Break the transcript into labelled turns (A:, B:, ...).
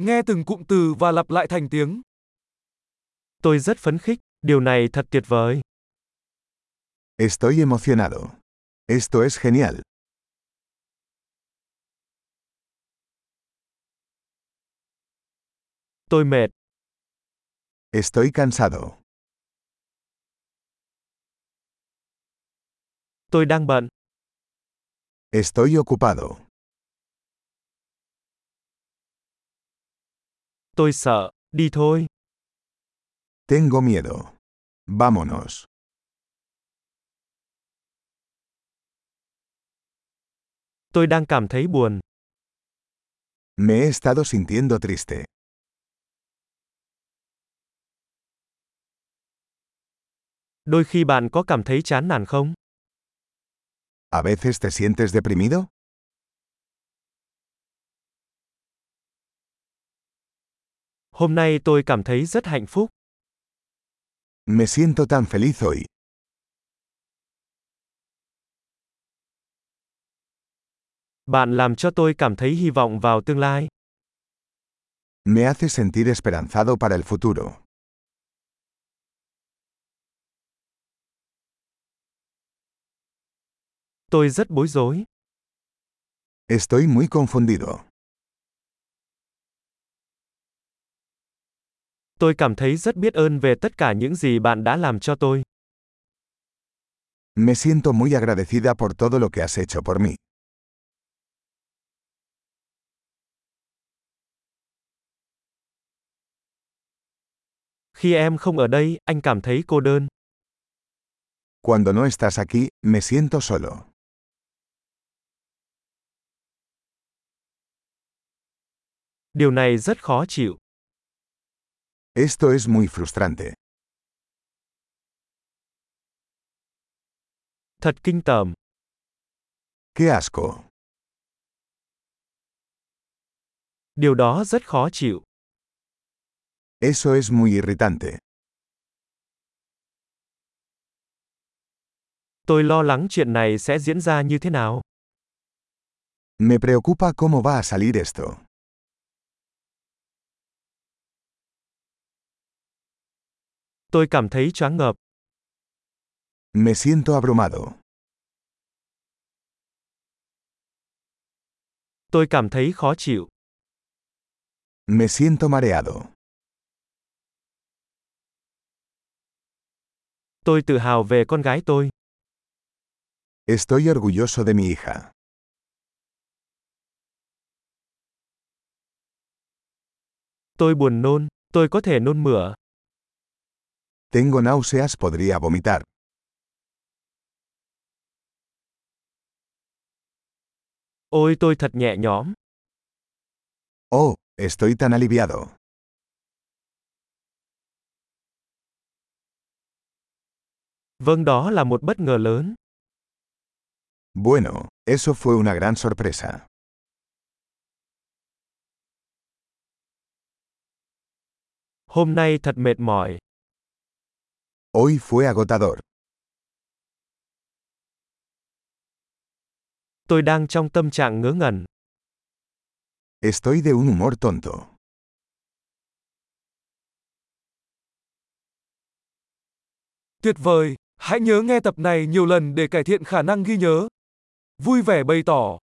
A: Nghe từng cụm từ và lặp lại thành tiếng.
B: Tôi rất phấn khích, điều này thật tuyệt vời.
C: Estoy emocionado. Esto es genial.
B: Tôi mệt,
C: Estoy cansado.
B: tôi đang bận,
C: Estoy ocupado.
B: tôi sợ, đi thôi.
C: Tengo miedo. Vámonos.
B: Tôi đang cảm thấy buồn,
C: Me he estado sintiendo triste.
B: đôi khi bạn có cảm thấy chán nản không?
C: ¿A veces te sientes deprimido?
B: Hôm nay tôi cảm thấy rất hạnh phúc,
C: Me siento tan feliz hoy.
B: bạn làm cho tôi cảm thấy hy vọng vào tương lai.
C: Me hace sentir esperanzado para el futuro.
B: Tôi rất bối rối,
C: Estoy muy confundido.
B: tôi cảm thấy rất biết ơn về tất cả những gì bạn đã làm cho tôi.
C: Me siento muy agradecida por todo lo que has hecho por mí.
B: Khi em không ở đây, anh cảm thấy cô đơn.
C: Cuando no estás aquí, me siento solo.
B: Điều này rất khó chịu.
C: Esto es muy frustrante.
B: Thật kinh tởm,
C: ¡Qué asco!
B: điều đó rất khó chịu.
C: Eso es muy irritante.
B: Tôi lo lắng chuyện này sẽ diễn ra như thế nào.
C: Me preocupa cómo va a salir esto.
B: Tôi cảm thấy choáng ngợp,
C: Me siento abrumado.
B: tôi cảm thấy khó chịu,
C: Me siento mareado.
B: tôi tự hào về con gái tôi,
C: Estoy orgulloso de mi hija.
B: tôi buồn nôn, tôi có thể nôn mửa,
C: Tengo náuseas, podría vomitar.
B: ôi tôi thật nhẹ nhõm,
C: Oh, estoy tan aliviado.
B: vâng đó là một bất ngờ lớn,
C: Bueno, eso fue una gran sorpresa.
B: hôm nay thật mệt mỏi,
C: Hoy fue agotador.
B: tôi đang trong tâm trạng ngớ ngẩn,
C: Estoy de un humor tonto.
A: Tuyệt vời, hãy nhớ nghe tập này nhiều lần để cải thiện khả năng ghi nhớ. Vui vẻ bày tỏ